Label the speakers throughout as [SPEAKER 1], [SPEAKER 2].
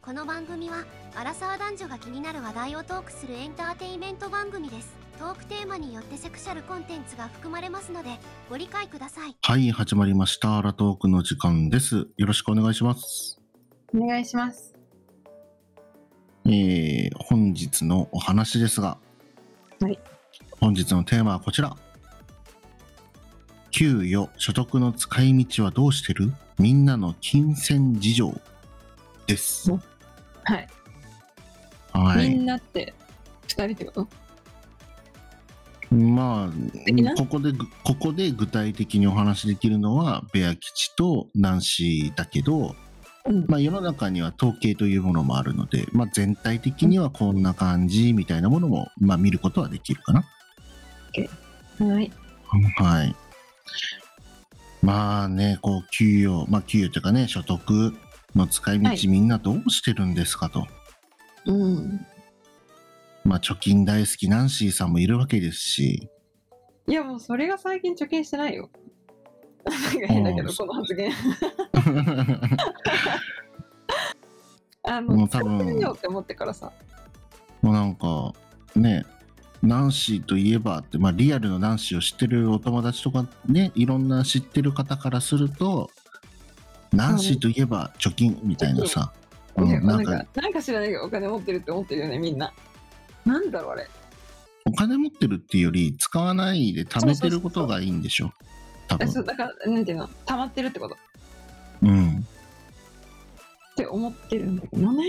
[SPEAKER 1] この番組はアラサー男女が気になる話題をトークするエンターテインメント番組ですトークテーマによってセクシャルコンテンツが含まれますのでご理解ください
[SPEAKER 2] はい、始まりました。アラトークの時間です。よろしくお願いします。
[SPEAKER 3] お願いします。
[SPEAKER 2] えー、本日のお話ですが、
[SPEAKER 3] はい
[SPEAKER 2] 本日のテーマはこちら。給与、所得の使い道はどうしてるみんなの金銭事情です。
[SPEAKER 3] はい。
[SPEAKER 2] は
[SPEAKER 3] み
[SPEAKER 2] い。
[SPEAKER 3] んなって二人ってこと？
[SPEAKER 2] まあ
[SPEAKER 3] 的な、
[SPEAKER 2] ここでぐ、ここで具体的にお話しできるのは、ベア吉とナンシーだけど、
[SPEAKER 3] うん。
[SPEAKER 2] まあ、世の中には統計というものもあるので、まあ、全体的にはこんな感じみたいなものも、まあ、見ることはできるかな。
[SPEAKER 3] はい。
[SPEAKER 2] はい。まあね、こう、給与、まあ、給与というかね、所得の使い道、
[SPEAKER 3] はい
[SPEAKER 2] みんなどうしてるんですかと。
[SPEAKER 3] うん。
[SPEAKER 2] まあ、貯金大好きナンシーさんもいるわけです し、
[SPEAKER 3] いやもうそれが最近貯金してないよ。なんか変だけ
[SPEAKER 2] あ
[SPEAKER 3] ど
[SPEAKER 2] ー
[SPEAKER 3] この発言。あ
[SPEAKER 2] も
[SPEAKER 3] の
[SPEAKER 2] う多
[SPEAKER 3] 使って
[SPEAKER 2] 分、
[SPEAKER 3] みよ
[SPEAKER 2] も
[SPEAKER 3] うって思ってからさ。
[SPEAKER 2] うなんか、ね、ナンシーといえばって、まあ、リアルのナンシーを知ってるお友達とかね、いろんな知ってる方からすると、ナンシーといえば貯金みたいなさ、う
[SPEAKER 3] ね
[SPEAKER 2] んな
[SPEAKER 3] な
[SPEAKER 2] んんか
[SPEAKER 3] かなんか知らないけどお金持ってるって思ってるよねみんな。なんだろうあれ。
[SPEAKER 2] お金持ってるっていうより使わないで貯めてることがいいんでしょ多
[SPEAKER 3] え
[SPEAKER 2] 分
[SPEAKER 3] そうだからなんていうの溜まってるってことっ
[SPEAKER 2] うん
[SPEAKER 3] て思ってるんだけどね。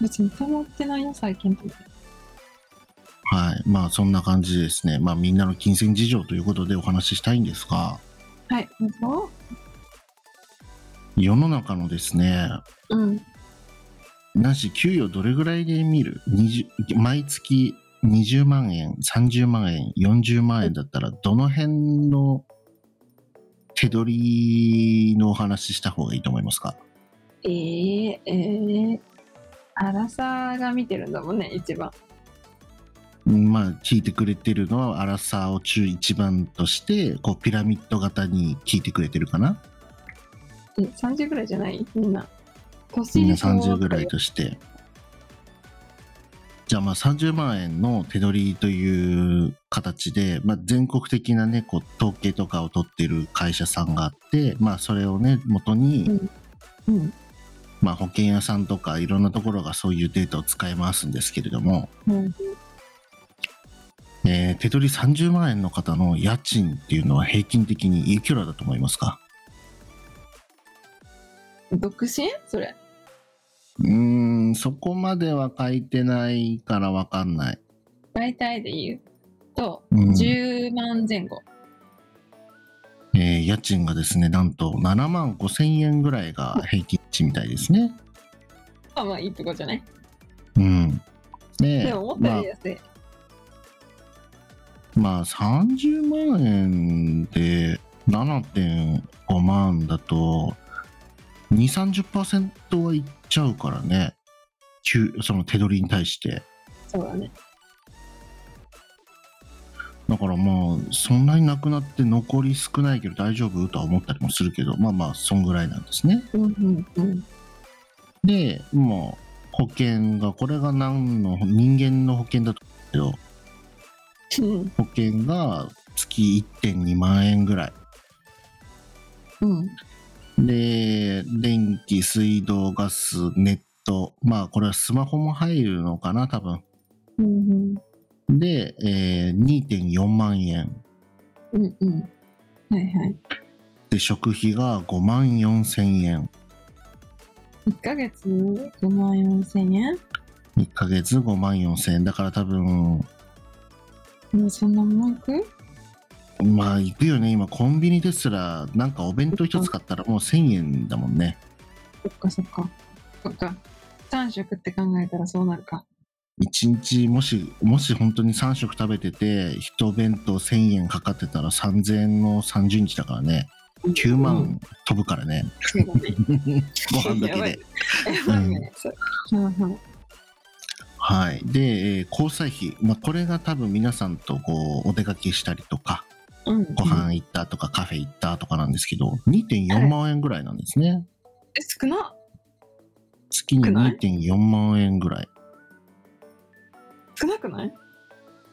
[SPEAKER 3] 別に溜まってないよ最近と思って。
[SPEAKER 2] はいまあそんな感じですねまあみんなの金銭事情ということでお話ししたいんですが
[SPEAKER 3] はい。そ
[SPEAKER 2] 世の中のですね
[SPEAKER 3] う。うん。
[SPEAKER 2] なし給与どれぐらいで見る20毎月20万円30万円40万円だったらどの辺の手取りのお話しした方がいいと思いますか
[SPEAKER 3] えー、えー、アラサーが見てるんだもんね一番。
[SPEAKER 2] まあ、聞いてくれてるのはアラサーを中一番としてこうピラミッド型に聞いてくれてるかな
[SPEAKER 3] え30ぐらいじゃないみんな。
[SPEAKER 2] み
[SPEAKER 3] 年
[SPEAKER 2] んな
[SPEAKER 3] でそう
[SPEAKER 2] 30ぐらいとしてじゃあまあ30万円の手取りという形で、まあ、全国的なねこう統計とかを取ってる会社さんがあって、まあ、それをね元に、
[SPEAKER 3] うんうん。
[SPEAKER 2] まあ、保険屋さんとかいろんなところがそういうデータを使い回すんですけれども、
[SPEAKER 3] うん、
[SPEAKER 2] えー手取り30万円の方の家賃っていうのは平均的にいくらだと思いますか
[SPEAKER 3] 独身それ。
[SPEAKER 2] うーん、そこまでは書いてないからわかんない。
[SPEAKER 3] 大体で言うと、
[SPEAKER 2] うん
[SPEAKER 3] 10万前後。
[SPEAKER 2] えー家賃がですね、なんと7万5千円ぐらいが平均値みたいですね。
[SPEAKER 3] あまあいいとこじゃない
[SPEAKER 2] うん。で
[SPEAKER 3] でも思った
[SPEAKER 2] ま
[SPEAKER 3] よ
[SPEAKER 2] あ
[SPEAKER 3] り、安い。
[SPEAKER 2] まあ30万円で7.5万だと、2、30%はいっちゃうからね。給その手取りに対して。
[SPEAKER 3] そうだね。
[SPEAKER 2] だからまあ、そんなになくなって残り少ないけど大丈夫とは思ったりもするけど、まあまあ、そんぐらいなんですね。
[SPEAKER 3] うんうんうん。
[SPEAKER 2] で、もう保険が、これが何の、人間の保険だと思うんだけ
[SPEAKER 3] うん
[SPEAKER 2] ど、保険が月1.2万円ぐらい。
[SPEAKER 3] うん
[SPEAKER 2] で、電気、水道、ガス、ネット、まあこれはスマホも入るのかな、多分。
[SPEAKER 3] うん
[SPEAKER 2] で、えー2.4万円。
[SPEAKER 3] うんうん。はいはい。
[SPEAKER 2] で、食費が5万4千円。
[SPEAKER 3] 1ヶ月5万4千円
[SPEAKER 2] 1ヶ月5万4千円。だから多分、
[SPEAKER 3] もうそんな文句
[SPEAKER 2] まあ行くよね、今コンビニですら、なんかお弁当一つ買ったらもう1000円だもんね。
[SPEAKER 3] そっかそっか。そっか。3食って考えたらそうなるか。
[SPEAKER 2] 一日もしもし本当に3食食べてて一弁当1000円かかってたら3000円の30日だからね9
[SPEAKER 3] うん。
[SPEAKER 2] 万飛ぶからね、
[SPEAKER 3] そうだね。
[SPEAKER 2] ご飯だけ
[SPEAKER 3] やば
[SPEAKER 2] で
[SPEAKER 3] いやばいね。そううんうん
[SPEAKER 2] はいで、えー交際費、まあ、これが多分皆さんとこうお出かけしたりとか
[SPEAKER 3] うん、
[SPEAKER 2] ご飯行ったとかカフェ行ったとかなんですけど2.4万円ぐらいなんですね、
[SPEAKER 3] え少な
[SPEAKER 2] 月に
[SPEAKER 3] 少ない
[SPEAKER 2] 2.4万円ぐらい。
[SPEAKER 3] 少なくない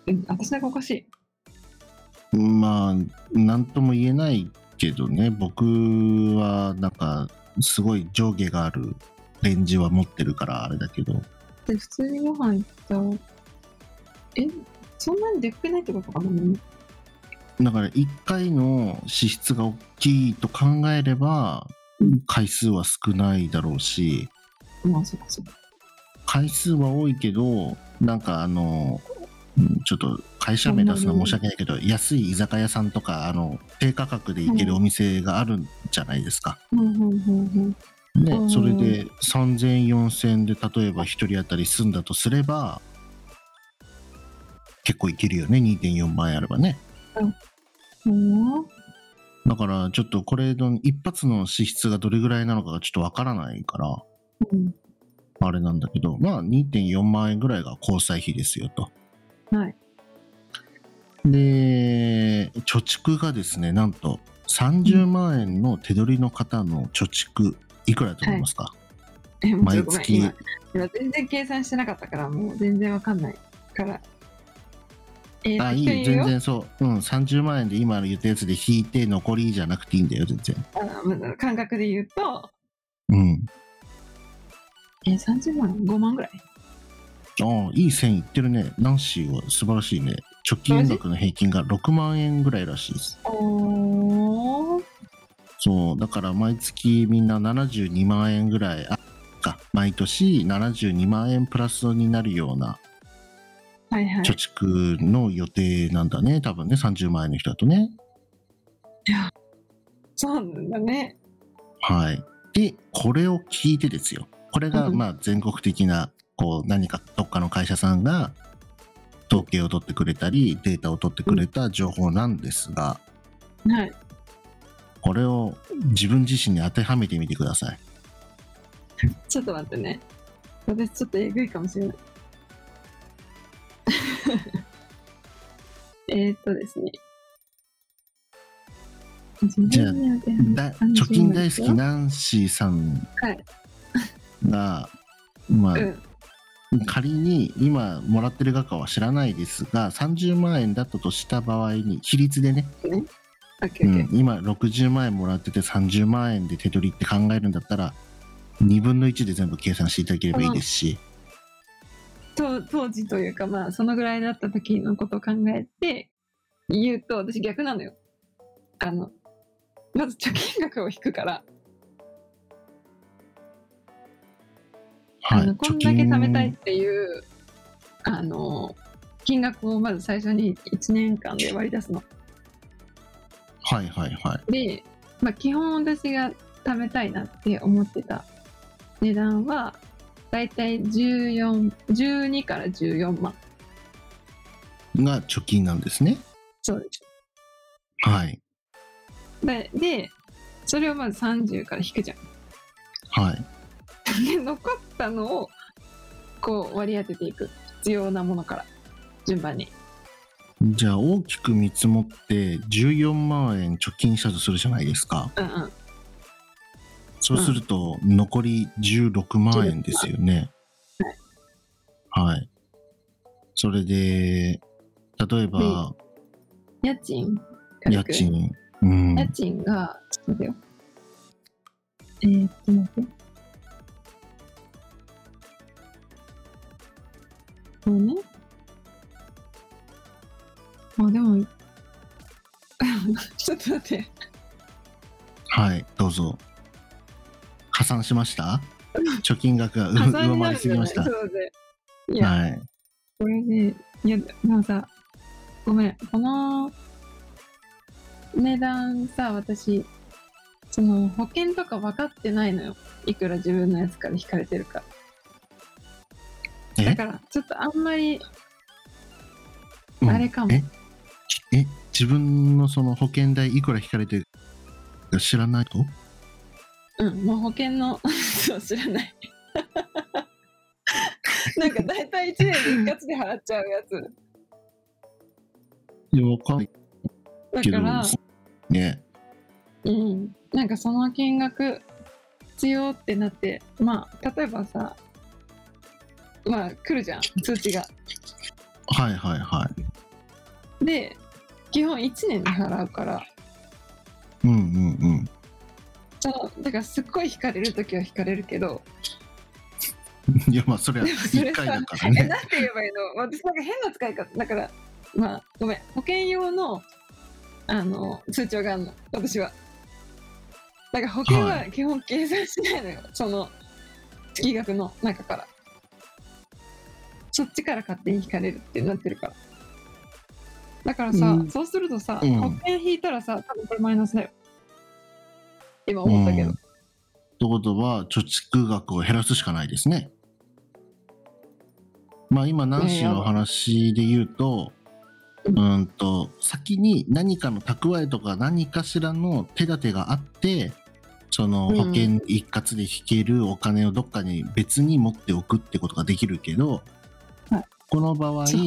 [SPEAKER 3] え私だけおかしい。
[SPEAKER 2] まあ、なんとも言えないけどね、僕はなんか、すごい上下があるレンジは持ってるからあれだけど、
[SPEAKER 3] で、普通にご飯行ったら、え、そんなにでっくないってことかな
[SPEAKER 2] だから1回の支出が大きいと考えれば、回数は少ないだろうし、
[SPEAKER 3] まあ、そっかそっか。
[SPEAKER 2] 回数は多いけど、なんかあの、うんちょっと会社名出すの申し訳ないけど、安い居酒屋さんとか、あの、低価格で行けるお店があるんじゃないですか。
[SPEAKER 3] うんうんうんう
[SPEAKER 2] ね、
[SPEAKER 3] ん
[SPEAKER 2] それで3000、4000で例えば1人当たり済んだとすれば、結構いけるよね、2.4万円あればね。
[SPEAKER 3] うん。うん
[SPEAKER 2] だからちょっとこれの一発の支出がどれぐらいなのかがちょっとわからないから、
[SPEAKER 3] うん
[SPEAKER 2] あれなんだけど、まあ2.4万円ぐらいが交際費ですよと。
[SPEAKER 3] はい。
[SPEAKER 2] で、貯蓄がですね、なんと30万円の手取りの方の貯蓄、いくらだと思いますか、
[SPEAKER 3] え、もうちょ
[SPEAKER 2] 毎
[SPEAKER 3] っとごめん。
[SPEAKER 2] 月
[SPEAKER 3] 今、今全然計算してなかったから、もう全然わかんないから。えー
[SPEAKER 2] あ、いい
[SPEAKER 3] 適当に
[SPEAKER 2] よ、
[SPEAKER 3] 言
[SPEAKER 2] 全
[SPEAKER 3] うよ
[SPEAKER 2] 然そう。うん、30万円で今言ったやつで引いて残りじゃなくていいんだよ、全然。
[SPEAKER 3] あまあ感覚で言うと、
[SPEAKER 2] うん。
[SPEAKER 3] えー、30万、5万ぐらい。
[SPEAKER 2] ああ、いい線いってるね。ナンシーは素晴らしいね。貯金額の平均が6万円ぐらいらしいです。
[SPEAKER 3] おー。
[SPEAKER 2] そう、だから毎月みんな72万円ぐらい、あ、か、毎年72万円プラスになるような
[SPEAKER 3] はいはい。
[SPEAKER 2] 貯蓄の予定なんだね。多分ね、30万円の人だとね。
[SPEAKER 3] そうなんだね。
[SPEAKER 2] はい。で、これを聞いてですよ。これが、
[SPEAKER 3] うん
[SPEAKER 2] まあ、全国的な、こう、何か、どっかの会社さんが、統計を取ってくれたり、データを取ってくれた情報なんですが、
[SPEAKER 3] はい。
[SPEAKER 2] これを自分自身に当てはめてみてください。
[SPEAKER 3] ちょっと待ってね。私ちょっとえぐいかもしれない。 えーっとですね。
[SPEAKER 2] じゃあ
[SPEAKER 3] 自分に当てはめ
[SPEAKER 2] だ
[SPEAKER 3] 30
[SPEAKER 2] 貯金大好きナンシーさん
[SPEAKER 3] はい
[SPEAKER 2] が、まあ、
[SPEAKER 3] うん
[SPEAKER 2] 仮に今もらってる額は知らないですが、30万円だったとした場合に、比率でね、
[SPEAKER 3] オッケ
[SPEAKER 2] う
[SPEAKER 3] ーオッケー
[SPEAKER 2] ん、今60万円もらってて30万円で手取りって考えるんだったら2分の1で全部計算していただければいいですし、
[SPEAKER 3] 当当時というかまあそのぐらいだった時のことを考えて言うと私逆なのよあのまず貯金額を引くから、
[SPEAKER 2] は
[SPEAKER 3] あ
[SPEAKER 2] い、
[SPEAKER 3] のこんだけ貯めたいっていうあの金額をまず最初に1年間で割り出すの
[SPEAKER 2] はいはいはい
[SPEAKER 3] で、まあ、基本私が貯めたいなって思ってた値段はだいたい14 12から14万
[SPEAKER 2] が貯金なんですね
[SPEAKER 3] そうです
[SPEAKER 2] はい
[SPEAKER 3] ででそれをまず30から引くじゃん
[SPEAKER 2] はい
[SPEAKER 3] で残ったのをこう割り当てていく必要なものから順番に
[SPEAKER 2] じゃあ大きく見積もって14万円貯金したとするじゃないですか
[SPEAKER 3] うんうん
[SPEAKER 2] そうすると残り16万円ですよねはいそれで例えば
[SPEAKER 3] 家賃軽
[SPEAKER 2] 家
[SPEAKER 3] く
[SPEAKER 2] 賃うん
[SPEAKER 3] 家賃がちょっと待ってよえー、っと待ってこれねあでも ちょっと待って
[SPEAKER 2] はい、どうぞ。加算しました貯金額がう
[SPEAKER 3] 破産
[SPEAKER 2] 上
[SPEAKER 3] にな
[SPEAKER 2] 回
[SPEAKER 3] る
[SPEAKER 2] りすぎました。
[SPEAKER 3] よね
[SPEAKER 2] は
[SPEAKER 3] そうでいや、
[SPEAKER 2] い。
[SPEAKER 3] これね、いや、でもさ、ごめん、この値段さ、私、その保険とか分かってないのよ。いくら自分のやつから引かれてるか。
[SPEAKER 2] え
[SPEAKER 3] だから、ちょっとあんまり、
[SPEAKER 2] うん
[SPEAKER 3] あれかも
[SPEAKER 2] ええ、自分のその保険代いくら引かれてるか知らないと
[SPEAKER 3] うん、もう保険の、そう、知らない。 なんか大体1年に一括で払っちゃうやつ。
[SPEAKER 2] いや、わかんない
[SPEAKER 3] だ
[SPEAKER 2] け
[SPEAKER 3] から、
[SPEAKER 2] ど。ね。
[SPEAKER 3] うん、なんかその金額必要ってなってまあ例えばさまあ来るじゃん通知が
[SPEAKER 2] はいはいは
[SPEAKER 3] で基本1年で払うから
[SPEAKER 2] い。うんうんうん。
[SPEAKER 3] そのだからすっごい惹かれる時は惹かれるけど
[SPEAKER 2] いやまあそれは
[SPEAKER 3] でもそ
[SPEAKER 2] 1
[SPEAKER 3] れさ
[SPEAKER 2] 回だから
[SPEAKER 3] え
[SPEAKER 2] ね。
[SPEAKER 3] なんて言えばいいの私なんか変な使い方だからまあごめん保険用のあの通帳があるの私はだから保険は
[SPEAKER 2] は
[SPEAKER 3] 基本計算しないのよ、その月額の中からそっちから勝手に引かれるってなってるからだからさ、
[SPEAKER 2] うん
[SPEAKER 3] そうするとさ、
[SPEAKER 2] うん
[SPEAKER 3] 保険引いたらさ多分これマイナスだよ今思ったけど、
[SPEAKER 2] うんってことは貯蓄額を減らすしかないですね。まあ今ナンシーのお話で言うと、う
[SPEAKER 3] うん
[SPEAKER 2] ーんと先に何かの蓄えとか何かしらの手立てがあって、その保険一括で引けるお金をどっかに別に持っておくってことができるけど
[SPEAKER 3] はい、
[SPEAKER 2] この場合、
[SPEAKER 3] そう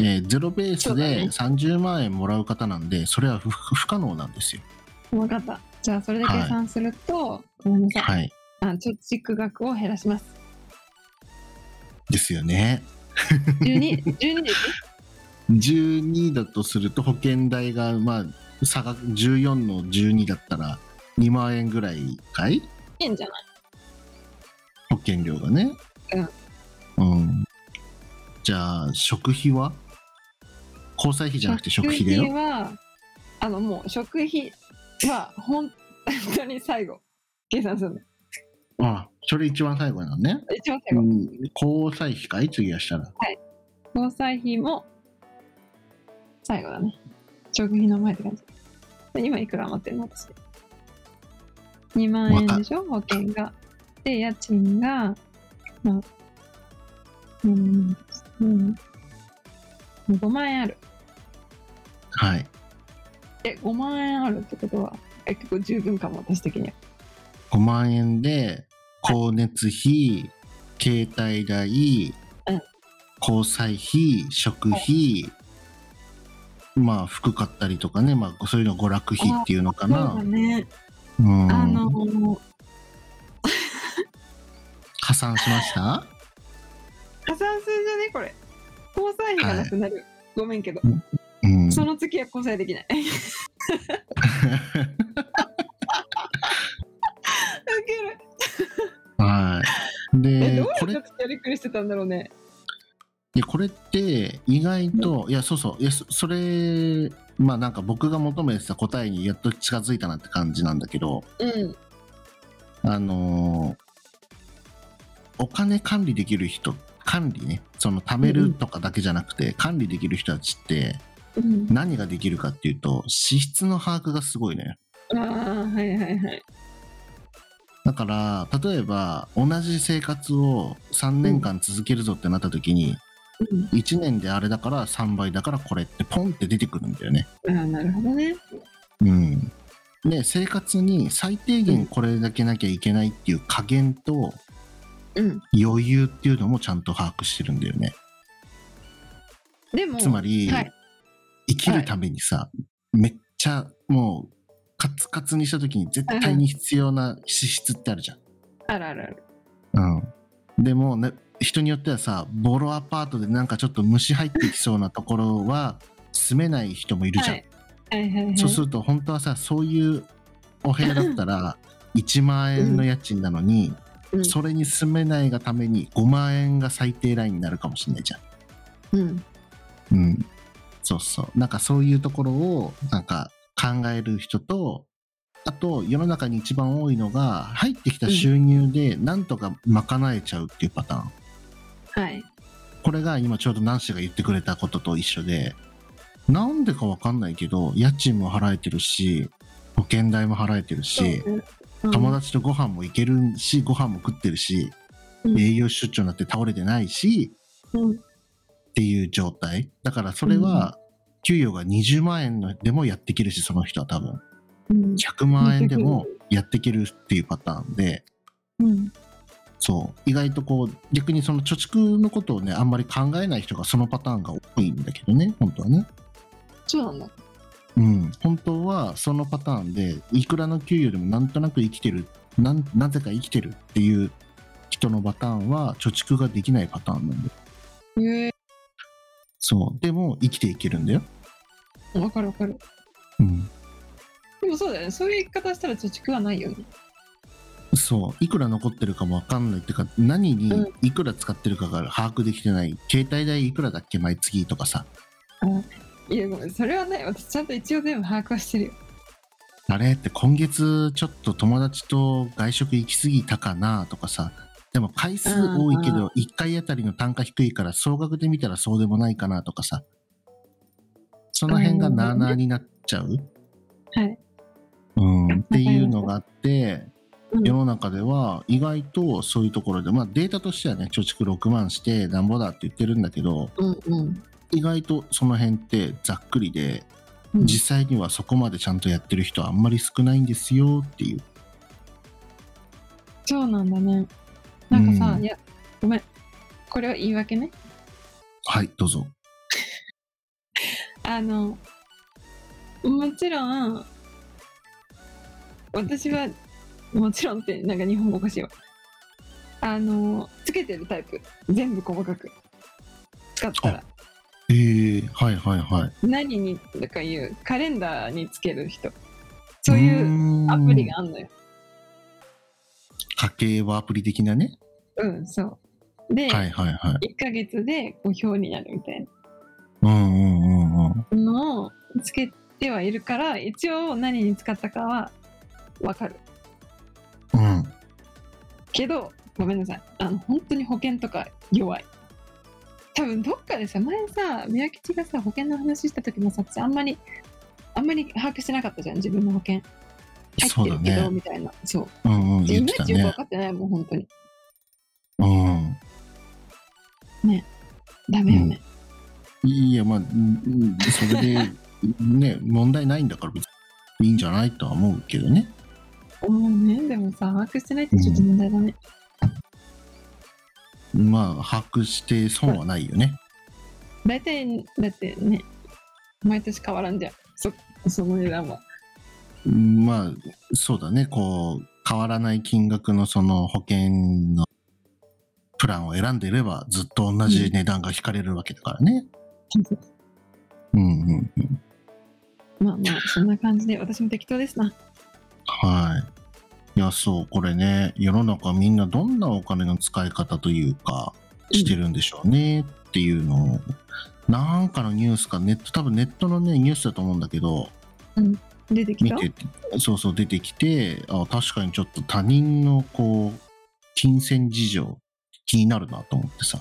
[SPEAKER 2] えーゼロベー
[SPEAKER 3] そ
[SPEAKER 2] ス
[SPEAKER 3] うだね
[SPEAKER 2] で30万円もらう方なんで、それは不不可能なんですよ。
[SPEAKER 3] 分かったじゃあそれで計算すると、ごめんなさい、
[SPEAKER 2] はい。
[SPEAKER 3] あ貯蓄額を減らします
[SPEAKER 2] ですよね。
[SPEAKER 3] 12 12で
[SPEAKER 2] 12だとすると保険代がまあ差が14の12だったら2万円ぐらいかい
[SPEAKER 3] いいんじゃない
[SPEAKER 2] 保険料がねうん、じゃあ食費は交際費じゃなくて食費だよ
[SPEAKER 3] はあのもう食費は本当に最後計算するの
[SPEAKER 2] あそれ一番最後なのね、
[SPEAKER 3] 一番
[SPEAKER 2] う
[SPEAKER 3] 最後、
[SPEAKER 2] ん、交際費かい次はしたら
[SPEAKER 3] 交際費も最後だね食費の前って感じで今いくら余ってるの私2万円でしょ保険がで家賃がまあうん、うん、5万円ある
[SPEAKER 2] はい
[SPEAKER 3] え5万円あるってことはえ結構十分かも私的には
[SPEAKER 2] 5万円で光熱費、携帯代、
[SPEAKER 3] うん
[SPEAKER 2] 交際費食費、まあ服買ったりとかね、まあ、そういうの娯楽費っていうのか
[SPEAKER 3] そうだ
[SPEAKER 2] な、
[SPEAKER 3] ね
[SPEAKER 2] うん、
[SPEAKER 3] あの
[SPEAKER 2] 加算しました
[SPEAKER 3] 加算するじゃねこれ交際費がなくなる、ごめんけど、
[SPEAKER 2] うん
[SPEAKER 3] その月は交際できないウケる
[SPEAKER 2] はい
[SPEAKER 3] え
[SPEAKER 2] で
[SPEAKER 3] どう
[SPEAKER 2] こ
[SPEAKER 3] や
[SPEAKER 2] れ
[SPEAKER 3] ってやりくりしてたんだろうね
[SPEAKER 2] でこれって意外と、いやそうそういやそそれまあなんか僕が求めてた答えにやっと近づいたなって感じなんだけど、
[SPEAKER 3] うん
[SPEAKER 2] あのーお金管理できる人管理ねその貯めるとかだけじゃなくて、管理できる人たちって
[SPEAKER 3] うん
[SPEAKER 2] 何ができるかっていうと支出の把握がすごいね
[SPEAKER 3] ああはいはいはい
[SPEAKER 2] だから例えば同じ生活を3年間続けるぞってなった時に、
[SPEAKER 3] うん
[SPEAKER 2] 1年であれだから3倍だからこれってポンって出てくるんだよね
[SPEAKER 3] ああなるほどね
[SPEAKER 2] うんで生活に最低限これだけなきゃいけないっていう加減と
[SPEAKER 3] うん
[SPEAKER 2] 余裕っていうのもちゃんと把握してるんだよね
[SPEAKER 3] でも
[SPEAKER 2] つまり、
[SPEAKER 3] はい
[SPEAKER 2] 生きるためにさ、めっちゃもうカツカツにした時に絶対に必要な支出ってあるじゃん。
[SPEAKER 3] あるあるある
[SPEAKER 2] うん、でも、ね、人によってはさボロアパートでなんかちょっと虫入ってきそうなところは住めない人もいるじゃん。
[SPEAKER 3] はいはいはいはい
[SPEAKER 2] そうすると本当はさそういうお部屋だったら1万円の家賃なのに、
[SPEAKER 3] うん
[SPEAKER 2] それに住めないがために5万円が最低ラインになるかもしれないじゃん。
[SPEAKER 3] うん
[SPEAKER 2] うん、そうそうなんかそういうところをなんか考える人とあと世の中に一番多いのが入ってきた収入でなんとか賄えちゃうっていうパターン、
[SPEAKER 3] はい
[SPEAKER 2] これが今ちょうどナンシーが言ってくれたことと一緒でなんでかわかんないけど家賃も払えてるし保険代も払えてるし、
[SPEAKER 3] そうねうん
[SPEAKER 2] 友達とご飯も行けるしご飯も食ってるし、
[SPEAKER 3] うん
[SPEAKER 2] 栄養出張になって倒れてないし、
[SPEAKER 3] うん
[SPEAKER 2] っていう状態だからそれは給与が20万円のでもやっていけるしその人は多分
[SPEAKER 3] うん
[SPEAKER 2] 100万円でもやっていけるっていうパターンで
[SPEAKER 3] うん
[SPEAKER 2] そう意外とこう逆にその貯蓄のことをねあんまり考えない人がそのパターンが多いんだけどね本当はね
[SPEAKER 3] そうなんだ
[SPEAKER 2] うん本当はそのパターンでいくらの給与でもなんとなく生きてるなんなぜか生きてるっていう人のパターンは貯蓄ができないパターンなんだよ
[SPEAKER 3] え
[SPEAKER 2] そうでも生きていけるんだよ、
[SPEAKER 3] ー、わかるわかる。
[SPEAKER 2] うん、
[SPEAKER 3] でもそうだよね。そういう言い方したら貯蓄はないよね。
[SPEAKER 2] そういくら残ってるかもわかんないっていうか何に
[SPEAKER 3] う
[SPEAKER 2] いくら使ってるかが把握できてない、携帯代いくらだっけ毎月とかさ
[SPEAKER 3] いや、ごめん。それはね、私ちゃんと一応全部把握はしてるよ。
[SPEAKER 2] あれって今月ちょっと友達と外食行き過ぎたかなとかさでも回数多いけ
[SPEAKER 3] うんう
[SPEAKER 2] ど1回あたりの単価低いから総額で見たらそうでもないかなとかさその辺がなあなあになっちゃう、
[SPEAKER 3] はい。
[SPEAKER 2] うん、っていうのがあって
[SPEAKER 3] うん
[SPEAKER 2] 世の中では意外とそういうところでまあデータとしてはね貯蓄6万してなんぼだって言ってるんだけど
[SPEAKER 3] うんうん。
[SPEAKER 2] 意外とその辺ってざっくりで
[SPEAKER 3] うん
[SPEAKER 2] 実際にはそこまでちゃんとやってる人はあんまり少ないんですよっていう。
[SPEAKER 3] そうなんだね。なんかさ、
[SPEAKER 2] うん
[SPEAKER 3] いや、ごめん。これは言い訳ね。
[SPEAKER 2] はい、どうぞ。
[SPEAKER 3] あの、もちろん、私は、もちろんって、なんか日本語おかしいわ。あの、つけてるタイプ。全部細かく。使ったら。
[SPEAKER 2] えー、はいはいはい。
[SPEAKER 3] 何にとかいう、カレンダーにつける人。そういう
[SPEAKER 2] う
[SPEAKER 3] アプリがあんのよ。
[SPEAKER 2] 家計簿アプリ的なね。
[SPEAKER 3] うん、そう。で、
[SPEAKER 2] はいはいはい。
[SPEAKER 3] 1ヶ月でこう表になるみたい
[SPEAKER 2] う
[SPEAKER 3] な。
[SPEAKER 2] んうんうんうん。
[SPEAKER 3] のをつけてはいるから一応何に使ったかはわかる
[SPEAKER 2] うん。
[SPEAKER 3] けどごめんなさいあの本当に保険とか弱い多分どっかでさ前さ宮吉がさ保険の話した時もさ私あんまりあんまり把握してなかったじゃん自分の保険
[SPEAKER 2] そ
[SPEAKER 3] 入
[SPEAKER 2] う
[SPEAKER 3] って
[SPEAKER 2] だ
[SPEAKER 3] るけど、
[SPEAKER 2] ね。
[SPEAKER 3] みたいなそう
[SPEAKER 2] うんうん。
[SPEAKER 3] で
[SPEAKER 2] 言
[SPEAKER 3] い
[SPEAKER 2] っ
[SPEAKER 3] ま
[SPEAKER 2] て
[SPEAKER 3] い
[SPEAKER 2] た
[SPEAKER 3] ちよく
[SPEAKER 2] ね
[SPEAKER 3] 分。かってないもん本当に
[SPEAKER 2] うん。
[SPEAKER 3] ダメよね、
[SPEAKER 2] いやまあうんうんそれで ね問題ないんだから別にいいんじゃないとは思うけどね
[SPEAKER 3] もうねでもさ把握してないってちょっと問題だね、
[SPEAKER 2] まあ把握して損はないよね、
[SPEAKER 3] 大体だってね毎年変わらんじゃんそその値段は
[SPEAKER 2] うんまあそうだねこう変わらない金額のその保険のプランを選んでいればずっと同じ値段が引かれるわけだからねうんうんうん
[SPEAKER 3] まあまあ、そんな感じで、私も適当ですな。
[SPEAKER 2] はいいやそうこれね世の中みんなどんなお金の使い方というかしてるんでしょうねっていうのをなんかのニュースかネット多分ネットのねニュースだと思うんだけど
[SPEAKER 3] 出てき
[SPEAKER 2] 見
[SPEAKER 3] た
[SPEAKER 2] ててそうそう出てきてあ確かにちょっと他人のこう金銭事情気になるなと思ってさ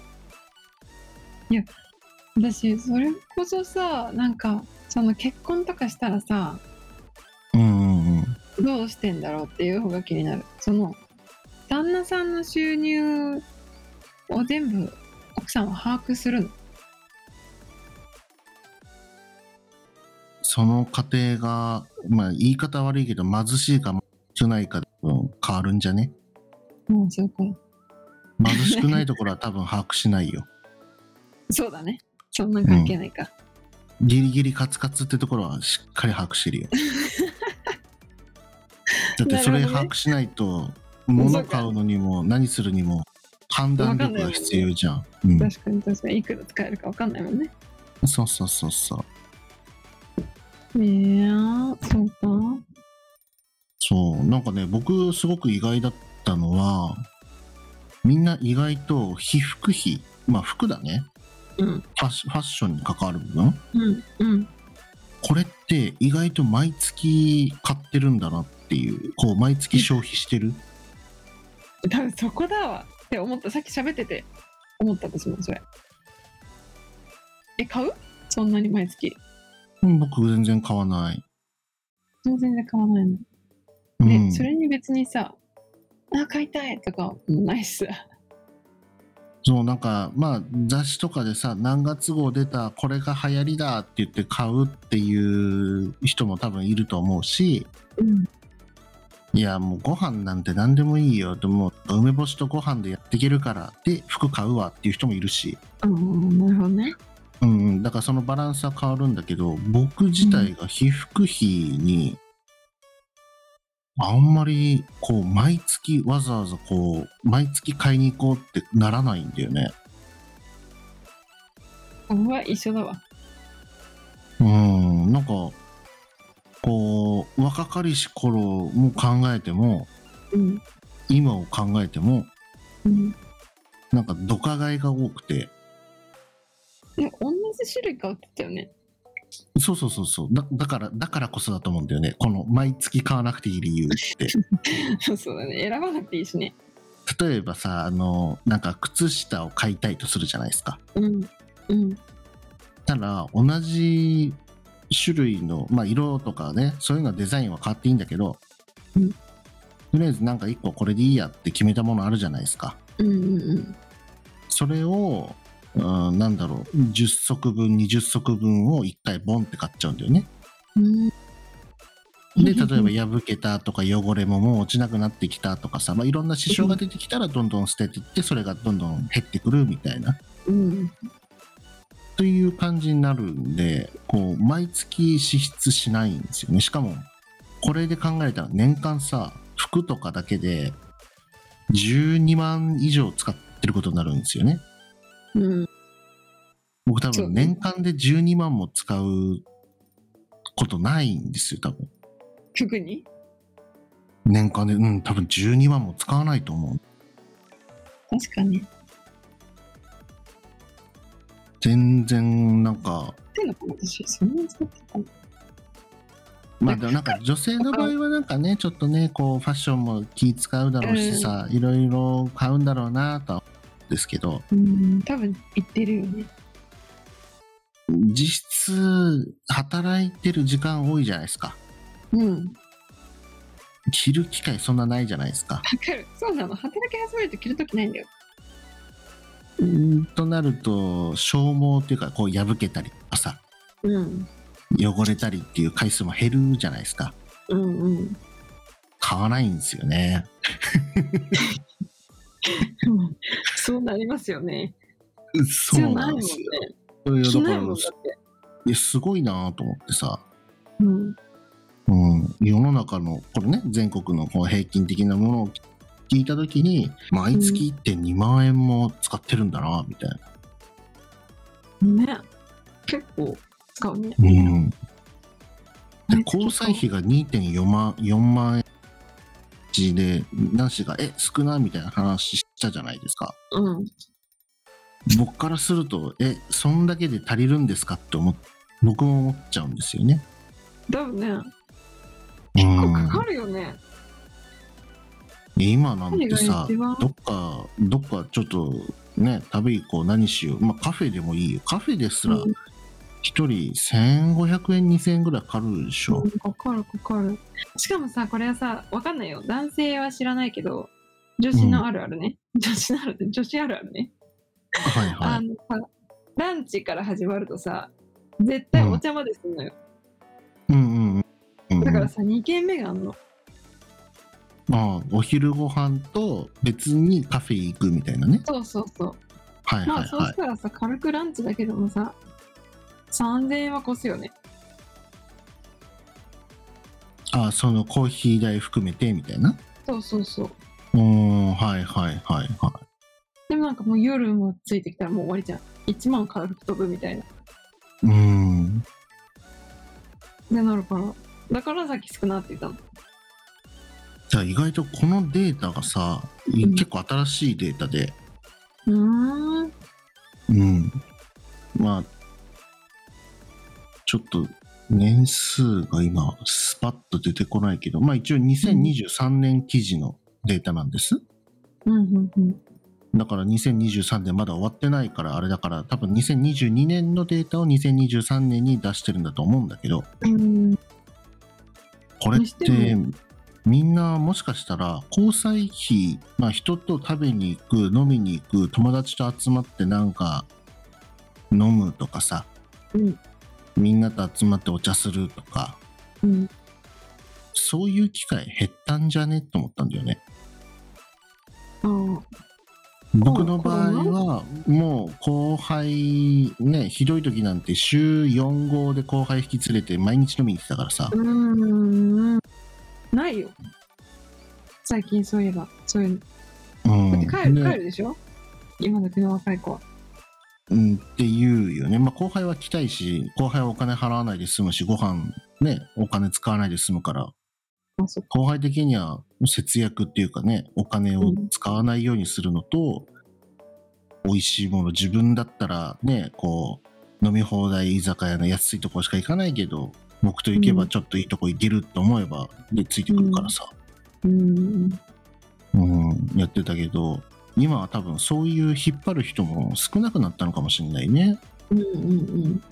[SPEAKER 3] 私、それこそさ、なんか、その結婚とかしたらさ、
[SPEAKER 2] うんうんうん
[SPEAKER 3] どうしてんだろうっていう方が気になる。その、旦那さんの収入を全部奥さんは把握するの。
[SPEAKER 2] その家庭がまあ言い方悪いけど貧しいか貧しくないかでうん変わるんじゃね
[SPEAKER 3] もうそうか。
[SPEAKER 2] 貧しくないところは多分把握し ないよ
[SPEAKER 3] そうだね。そんなん関係ないか。
[SPEAKER 2] ギリギリカツカツってところはしっかり把握してる よだってそ
[SPEAKER 3] な
[SPEAKER 2] れ
[SPEAKER 3] るほど
[SPEAKER 2] 把
[SPEAKER 3] ね
[SPEAKER 2] 握しないと物買うのにも何するにも判断力が必要じゃん、うん、
[SPEAKER 3] 確かに確かに、いくら使えるかわかんないもんね。
[SPEAKER 2] そうそうそうそう。
[SPEAKER 3] ねえ、そうか。
[SPEAKER 2] そう。なんかね、僕すごく意外だったのは、みんな意外と被服費、まあ服だね。
[SPEAKER 3] うん、
[SPEAKER 2] ファッシファッションに関わる部分。
[SPEAKER 3] うん、うん。
[SPEAKER 2] これって意外と毎月買ってるんだなっていう、こう毎月消費してる。
[SPEAKER 3] 多分そこだわって思ったさっき喋ってて思った私もそれえ買うそんなに毎月
[SPEAKER 2] うん僕全然買わない。
[SPEAKER 3] 全然買わないの、
[SPEAKER 2] うん
[SPEAKER 3] でそれに別にさあ買いたいとかもないしさ
[SPEAKER 2] そうなんかまあ雑誌とかでさ何月号出たこれが流行りだって言って買うっていう人も多分いると思うし、
[SPEAKER 3] うん
[SPEAKER 2] いや、もうご飯なんて何でもいいよ。でも、梅干しとご飯でやっていけるから、で、服買うわっていう人もいるし。
[SPEAKER 3] うんなるほどね
[SPEAKER 2] うんうん、だからそのバランスは変わるんだけど、僕自体が被服費に、あんまりこう毎月わざわざこう毎月買いに行こうってならないんだよね。
[SPEAKER 3] 僕は一緒だわ。
[SPEAKER 2] うんなんかこう若かりし頃も考えても
[SPEAKER 3] うん。
[SPEAKER 2] 今を考えても
[SPEAKER 3] うん、
[SPEAKER 2] なんかドカ買いが多くて
[SPEAKER 3] でも同じ種類買うって言ったよね。
[SPEAKER 2] そうそうそうそうだだからだからこそだと思うんだよねこの毎月買わなくていい理由 って。
[SPEAKER 3] そうだね。選ばなくていいしね。
[SPEAKER 2] 例えばさあのなんか靴下を買いたいとするじゃないですか。
[SPEAKER 3] うん。うん。
[SPEAKER 2] ただ同じ種類の、まあ、色とかねそういうのはデザインは変わっていいんだけど、
[SPEAKER 3] うん
[SPEAKER 2] とりあえずなんか1個これでいいやって決めたものあるじゃないですか
[SPEAKER 3] うんうん
[SPEAKER 2] それを、うん、なんだろう10足分20足分を1回ボンって買っちゃうんだよね
[SPEAKER 3] うん。うん。
[SPEAKER 2] で例えば破けたとか汚れももう落ちなくなってきたとかさ、まあ、いろんな支障が出てきたらどんどん捨てていってそれがどんどん減ってくるみたいな
[SPEAKER 3] うん。
[SPEAKER 2] という感じになるんでこう毎月支出しないんですよねしかもこれで考えたら年間さ服とかだけで12万以上使ってることになるんですよね
[SPEAKER 3] うん。
[SPEAKER 2] 僕多
[SPEAKER 3] そう
[SPEAKER 2] 分年間で12万も使うことないんですよ多分
[SPEAKER 3] 服に
[SPEAKER 2] 年間でうん多分12万も使わないと思う
[SPEAKER 3] 確かに。
[SPEAKER 2] 全然なんか
[SPEAKER 3] ってんのかな私、そんなに使ってたの
[SPEAKER 2] まあでもなんか女性の場合はなんかねちょっとねこうファッションも気使うだろうしさいろいろ買うんだろうなとは思うんですけど
[SPEAKER 3] うん。多分、言ってるよね。
[SPEAKER 2] 実質働いてる時間多いじゃないですか
[SPEAKER 3] うん。
[SPEAKER 2] 着る機会そんなないじゃないですか。
[SPEAKER 3] わかる。そうなの。働き始めると着るときないんだよ。
[SPEAKER 2] となると消耗っていうかこう破けたりとかさ
[SPEAKER 3] うん。
[SPEAKER 2] 汚れたりっていう回数も減るじゃないですか
[SPEAKER 3] うんうん。
[SPEAKER 2] 買わないんですよね。
[SPEAKER 3] そうなりますよね。必
[SPEAKER 2] そ
[SPEAKER 3] 要
[SPEAKER 2] う
[SPEAKER 3] な
[SPEAKER 2] ないん
[SPEAKER 3] もん
[SPEAKER 2] で
[SPEAKER 3] ね
[SPEAKER 2] す。よ。それがだ
[SPEAKER 3] 着
[SPEAKER 2] か
[SPEAKER 3] ない
[SPEAKER 2] ら
[SPEAKER 3] もんだって。
[SPEAKER 2] いやすごいなと思ってさ
[SPEAKER 3] うん。
[SPEAKER 2] うん、世の中のこれね全国のこう平均的なものを聞いた時に毎月1.2万円も使ってるんだなみたいな、
[SPEAKER 3] ね。結構使うね。
[SPEAKER 2] うん、で
[SPEAKER 3] めっちゃ
[SPEAKER 2] 交際費が2.4万4万円値で男子が「え少ない?」みたいな話したじゃないですか
[SPEAKER 3] うん。
[SPEAKER 2] 僕からすると「えそんだけで足りるんですか?」って思っ僕も思っちゃうんですよね。
[SPEAKER 3] 多分ね。
[SPEAKER 2] う
[SPEAKER 3] 結構
[SPEAKER 2] ん
[SPEAKER 3] かかるよね。
[SPEAKER 2] 今なんて
[SPEAKER 3] 何が
[SPEAKER 2] さ
[SPEAKER 3] 一番
[SPEAKER 2] どっかどっかちょっとね旅行こう何しよう、まあ、カフェでもいいよカフェですら
[SPEAKER 3] うん
[SPEAKER 2] 一人1500円2000円ぐらいかかるでしょ、
[SPEAKER 3] かかるかかる。しかもさ、これはさ、わかんないよ。男性は知らないけど、女子のあるあるね。女子のあるある、女子あるあるね。
[SPEAKER 2] はいは
[SPEAKER 3] あ
[SPEAKER 2] い
[SPEAKER 3] のさ、ランチから始まるとさ、絶対お茶まですんのよ。
[SPEAKER 2] うんうんうんうんう
[SPEAKER 3] だか
[SPEAKER 2] ん
[SPEAKER 3] らさ、2軒目があんの。
[SPEAKER 2] ああお昼ご飯と別にカフェ行くみたいなね
[SPEAKER 3] そうそうそう。
[SPEAKER 2] はい
[SPEAKER 3] ま
[SPEAKER 2] は
[SPEAKER 3] あ、
[SPEAKER 2] い
[SPEAKER 3] そう
[SPEAKER 2] は
[SPEAKER 3] し
[SPEAKER 2] い
[SPEAKER 3] たらさ、軽くランチだけでもさ、3000円は越すよね。
[SPEAKER 2] ああそのコーヒー代含めてみたいな
[SPEAKER 3] そうそうそう。
[SPEAKER 2] うーんはいはいはいは
[SPEAKER 3] でもなんかもう夜もついてきたらもう終わりじゃん。1万軽く飛ぶみたいな。
[SPEAKER 2] いうーん
[SPEAKER 3] で、なるから。だからさっき少なって言ったの。
[SPEAKER 2] じゃあ意外とこのデータがさ、
[SPEAKER 3] ん
[SPEAKER 2] 結構新しいデータで
[SPEAKER 3] うーん。
[SPEAKER 2] うん。まあ、ちょっと年数が今、スパッと出てこないけど、まあ一応2023年記事のデータなんです。
[SPEAKER 3] うんうんうん。
[SPEAKER 2] だから2023年まだ終わってないから、あれだから、多分2022年のデータを2023年に出してるんだと思うんだけど、
[SPEAKER 3] うん
[SPEAKER 2] これっ
[SPEAKER 3] にして
[SPEAKER 2] て、みんなもしかしたら交際費、まあ、人と食べに行く飲みに行く友達と集まってなんか飲むとかさ、
[SPEAKER 3] うん
[SPEAKER 2] みんなと集まってお茶するとか
[SPEAKER 3] うん。
[SPEAKER 2] そういう機会減ったんじゃねと思ったんだよね
[SPEAKER 3] あ
[SPEAKER 2] 僕の場合はもう後輩ねひどい時なんて週4号で後輩引き連れて毎日飲みに行ってたからさ
[SPEAKER 3] あ。うーん。ないよ。最近そういえば、そういうの。
[SPEAKER 2] うん
[SPEAKER 3] だって帰る、
[SPEAKER 2] で
[SPEAKER 3] 帰るでしょ今時の若い子は。
[SPEAKER 2] うん、って言うよね。まあ、後輩は来たいし、後輩はお金払わないで済むし、ご飯ね、お金使わないで済むから、
[SPEAKER 3] まあ、そっか。
[SPEAKER 2] 後輩的には節約っていうかね、お金を使わないようにするのと、美味しいもの、自分だったらね、こう、飲み放題居酒屋の安いとこしか行かないけど、僕と行けばちょっといいとこ行けると思えば、で、ついてくるからさ。
[SPEAKER 3] うん。
[SPEAKER 2] うん、やってたけど今は多分そういう引っ張る人も少なくなったのかもしれないね
[SPEAKER 3] うんうん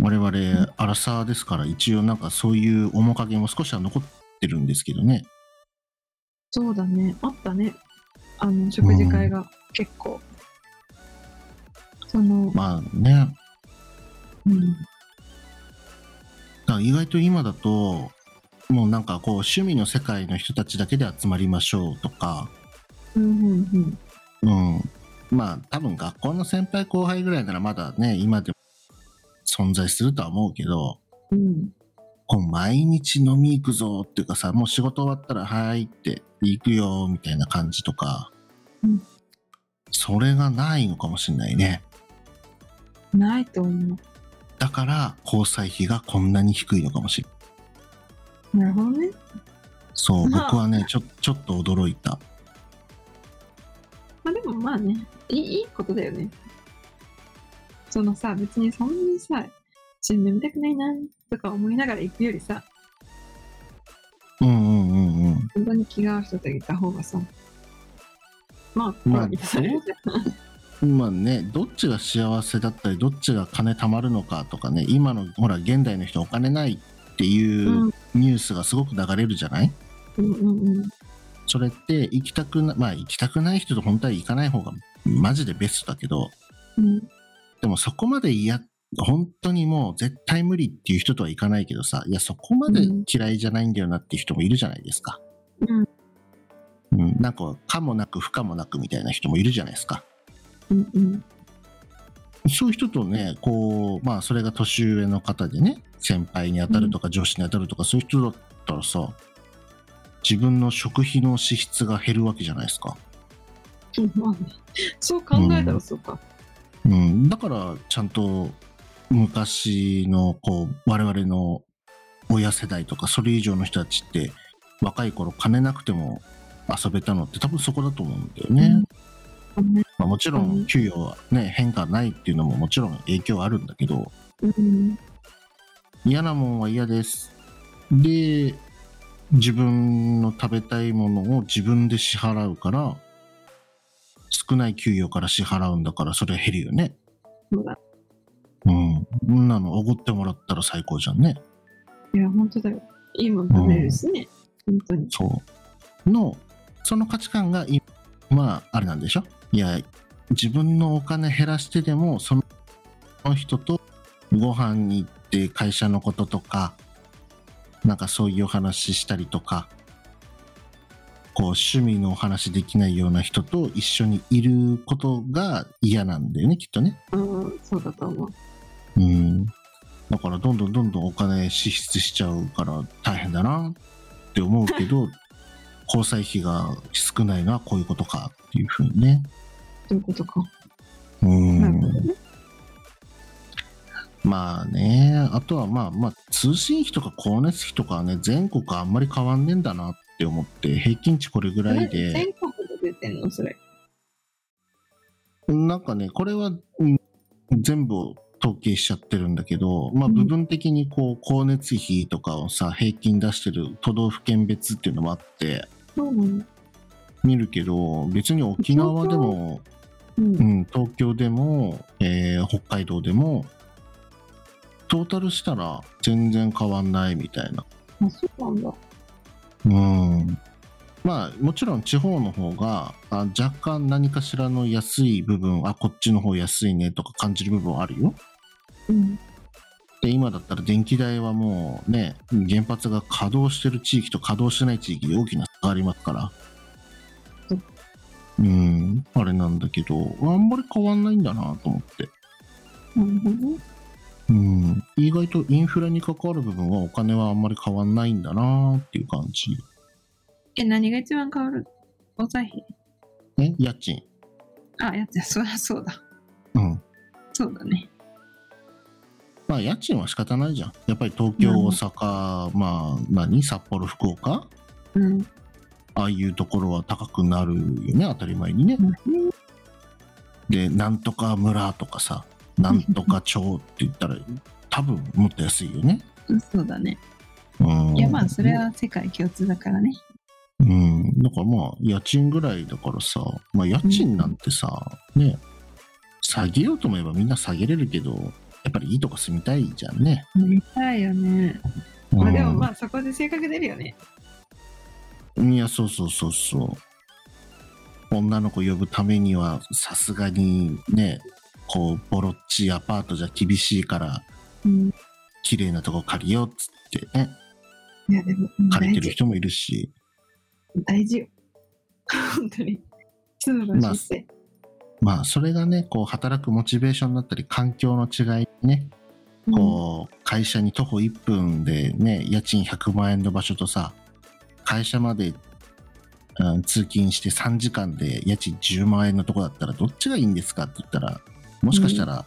[SPEAKER 2] 我々アラサーですから一応なんかそういう面影も少しは残ってるんですけどね
[SPEAKER 3] そうだね。あったね。あの、食事会が結構。その、
[SPEAKER 2] まあねだか
[SPEAKER 3] うん。
[SPEAKER 2] ら意外と今だともうなんかこう趣味の世界の人たちだけで集まりましょうとか
[SPEAKER 3] うんうんうん。
[SPEAKER 2] うんまあ多分学校の先輩後輩ぐらいならまだね今でも存在するとは思うけど
[SPEAKER 3] うん。
[SPEAKER 2] こう毎日飲み行くぞっていうかさもう仕事終わったら「はーい」って行くよみたいな感じとか、
[SPEAKER 3] うん
[SPEAKER 2] それがないのかもしれないね
[SPEAKER 3] ないと思。
[SPEAKER 2] だから交際費がこんなに低いのかもしれないう
[SPEAKER 3] なるほどね。
[SPEAKER 2] そう
[SPEAKER 3] まあ
[SPEAKER 2] 僕はねちょちょっと驚いた
[SPEAKER 3] まあでもまあね、いいいいことだよね。そのさ、別にそんなにさ、死んでみたくないなとか思いながら行くよりさ、
[SPEAKER 2] うんうんうんうん
[SPEAKER 3] 本当に気が合う人と行った方がさ、まあ、
[SPEAKER 2] まあ
[SPEAKER 3] 心満たされるじゃん
[SPEAKER 2] まあね、どっちが幸せだったりどっちが金貯まるのかとかね今のほら現代の人お金ないっていううニュースがすごく流れるじゃない、
[SPEAKER 3] うんうんうん。
[SPEAKER 2] それって行きたくなまあ行きたくない人と本当は行かない方がマジでベストだけど
[SPEAKER 3] うん
[SPEAKER 2] でもそこまで嫌本当にもう絶対無理っていう人とは行かないけどさいやそこまで嫌いじゃないんだよなっていう人もいるじゃないですか、
[SPEAKER 3] うん
[SPEAKER 2] うん、なんか可もなく不可もなくみたいな人もいるじゃないですか
[SPEAKER 3] うんうん
[SPEAKER 2] そういう人とねこうまあそれが年上の方でね先輩に当たるとか上司に当たるとかそういう人だったらさ自分の食費の支出が減るわけじゃないですか
[SPEAKER 3] うん。まあね、そう考えたらそうか。
[SPEAKER 2] うん、だからちゃんと昔のこう我々の親世代とかそれ以上の人たちって若い頃金なくても遊べたのって多分そこだと思うんだよね、
[SPEAKER 3] うんあのね
[SPEAKER 2] まあ、もちろ
[SPEAKER 3] うん
[SPEAKER 2] ん給与はね変化ないっていうのももちろん影響はあるんだけど
[SPEAKER 3] うん
[SPEAKER 2] 嫌なもんは嫌ですで自分の食べたいものを自分で支払うから少ない給与から支払うんだからそれは減るよね
[SPEAKER 3] そうだ。
[SPEAKER 2] うん。こんなのおごってもらったら最高じゃんね。
[SPEAKER 3] いや、本当だよ。いいもん食べれるしね。本当に。
[SPEAKER 2] そう。の、その価値観が今、まあ、あれなんでしょいや、自分のお金減らしてでも、その人とご飯に行って会社のこととか、なんかそういうお話したりとか、こう趣味のお話できないような人と一緒にいることが嫌なんだよね、きっとね。
[SPEAKER 3] うん、そうだと思う。
[SPEAKER 2] うん。だからどんどんどんどんお金支出しちゃうから大変だなって思うけど、交際費が少ないのはこういうことかっていうふうにね。
[SPEAKER 3] ということか。
[SPEAKER 2] う
[SPEAKER 3] なるほど
[SPEAKER 2] ん。
[SPEAKER 3] ね。
[SPEAKER 2] まあね、あとはまあまあ通信費とか光熱費とかはね、全国あんまり変わんねえんだなって思って、平均値これぐらいで。
[SPEAKER 3] 全国で出てんのそれ。
[SPEAKER 2] なんかね、これは、うん全部を統計しちゃってるんだけど、まあ、
[SPEAKER 3] うん
[SPEAKER 2] 部分的にこう光熱費とかをさ平均出してる都道府県別っていうのもあって
[SPEAKER 3] そうなの。
[SPEAKER 2] 見るけど別に沖縄でも、
[SPEAKER 3] うん
[SPEAKER 2] う。ん、東京でも、えー北海道でもトータルしたら全然変わんないみたいな。
[SPEAKER 3] あ、そうなんだ。
[SPEAKER 2] うんまあ、もちろん地方の方があ若干何かしらの安い部分あこっちの方安いねとか感じる部分はあるよ。
[SPEAKER 3] うん。
[SPEAKER 2] で今だったら電気代はもうね原発が稼働してる地域と稼働してない地域で大きな差がありますから
[SPEAKER 3] うん
[SPEAKER 2] うんあれなんだけどあんまり変わんないんだなと思って
[SPEAKER 3] なるほどね。
[SPEAKER 2] うん意外とインフラに関わる部分はお金はあんまり変わんないんだなっていう感じ
[SPEAKER 3] え、何が一番変わる交際費。
[SPEAKER 2] ね、家賃。
[SPEAKER 3] あ、やつや、そりゃそうだ。
[SPEAKER 2] うん。
[SPEAKER 3] そうだね。
[SPEAKER 2] まあ、家賃は仕方ないじゃん。やっぱり東京、
[SPEAKER 3] うん
[SPEAKER 2] 大阪、まあ、何札幌、福岡
[SPEAKER 3] うん。
[SPEAKER 2] ああいうところは高くなるよね、当たり前にね。で、なんとか村とかさ、なんとか町って言ったら、多分もっと安いよね。
[SPEAKER 3] うんそうだね。
[SPEAKER 2] うん。
[SPEAKER 3] いや、まあ、それは世界共通だからね。
[SPEAKER 2] うん、だからまあ家賃ぐらいだからさ、まあ、家賃なんてさ、ね下げようと思えばみんな下げれるけどやっぱりいいとこ住みたいじゃんね。
[SPEAKER 3] 見たいよね。まあ、でも、
[SPEAKER 2] うん
[SPEAKER 3] まあ、そこで性格出るよね。
[SPEAKER 2] いやそうそうそうそう女の子呼ぶためにはさすがにねこうボロっちいアパートじゃ厳しいから
[SPEAKER 3] うん。
[SPEAKER 2] 綺麗なとこ借りようっつってね
[SPEAKER 3] いや、でも、
[SPEAKER 2] 借りて
[SPEAKER 3] 大
[SPEAKER 2] る
[SPEAKER 3] 事
[SPEAKER 2] 人もいるし
[SPEAKER 3] 大事よ。 本当に。そうの
[SPEAKER 2] まあ
[SPEAKER 3] が知って。
[SPEAKER 2] まあそれがねこう働くモチベーションだったり環境の違いねこう会社に徒歩1分でね家賃100万円の場所とさ会社まで、うん通勤して3時間で家賃10万円のとこだったらどっちがいいんですかって言ったらもしかしたら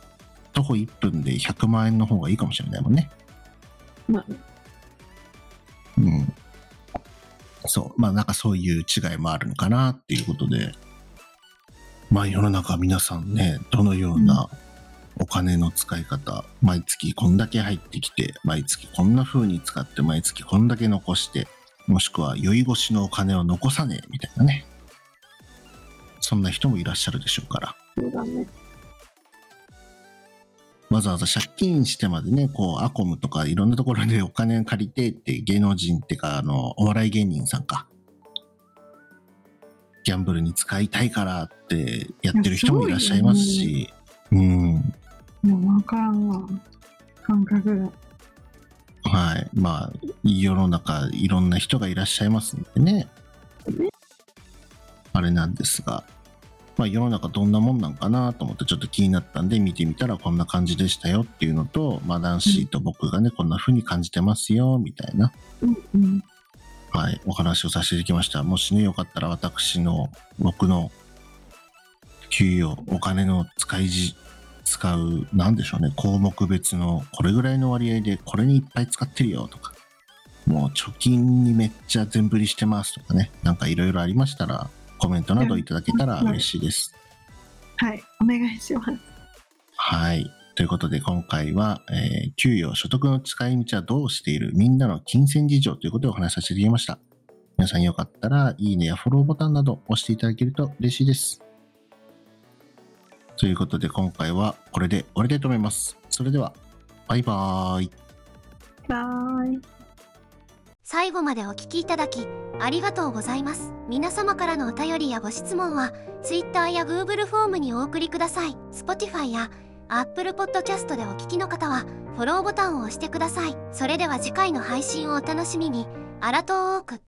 [SPEAKER 2] 徒歩1分で100万円の方がいいかもしれないもんね。
[SPEAKER 3] うんまあ、
[SPEAKER 2] うん、そうまあなんかそういう違いもあるのかなっていうことでまあ世の中皆さんねどのようなお金の使い方、毎月こんだけ入ってきて毎月こんな風に使って毎月こんだけ残してもしくは酔い越しのお金を残さねえみたいなねそんな人もいらっしゃるでしょうから
[SPEAKER 3] そうだね。
[SPEAKER 2] わざわざ借金してまでね、こう、アコムとかいろんなところでお金借りてって芸能人ってか、あの、お笑い芸人さんか。ギャンブルに使いたいからってやってる人もいらっしゃいますし、うん。
[SPEAKER 3] もうわからんわ。感覚が。
[SPEAKER 2] はい。まあ、世の中いろんな人がいらっしゃいますんでね。あれなんですが、まあ世の中どんなもんなんかなと思ってちょっと気になったんで見てみたらこんな感じでしたよっていうのと、まあナンシーと僕がね、こんな風に感じてますよ、みたいな、
[SPEAKER 3] うんうん。
[SPEAKER 2] はい、お話をさせていただきました。もしね、よかったら私の、僕の給与、お金の使いじ、使う、なんでしょうね、項目別のこれぐらいの割合でこれにいっぱい使ってるよとか、もう貯金にめっちゃ全振りしてますとかね、なんかいろいろありましたら、コメントなどいただけたら嬉しいです。
[SPEAKER 3] はい。お願いします。
[SPEAKER 2] はい。ということで、今回は、えー給与、所得の使い道はどうしているみんなの金銭事情ということでお話しさせていただきました。皆さんよかったら、いいねやフォローボタンなど押していただけると嬉しいです。ということで、今回はこれで終わりたいと思います。それでは、バイバーイ。
[SPEAKER 3] バイ。
[SPEAKER 1] 最後までお聞きいただきありがとうございます皆様からのお便りやご質問は Twitter や Google フォームにお送りください Spotify や Apple Podcast でお聞きの方はフォローボタンを押してくださいそれでは次回の配信をお楽しみにあらとーく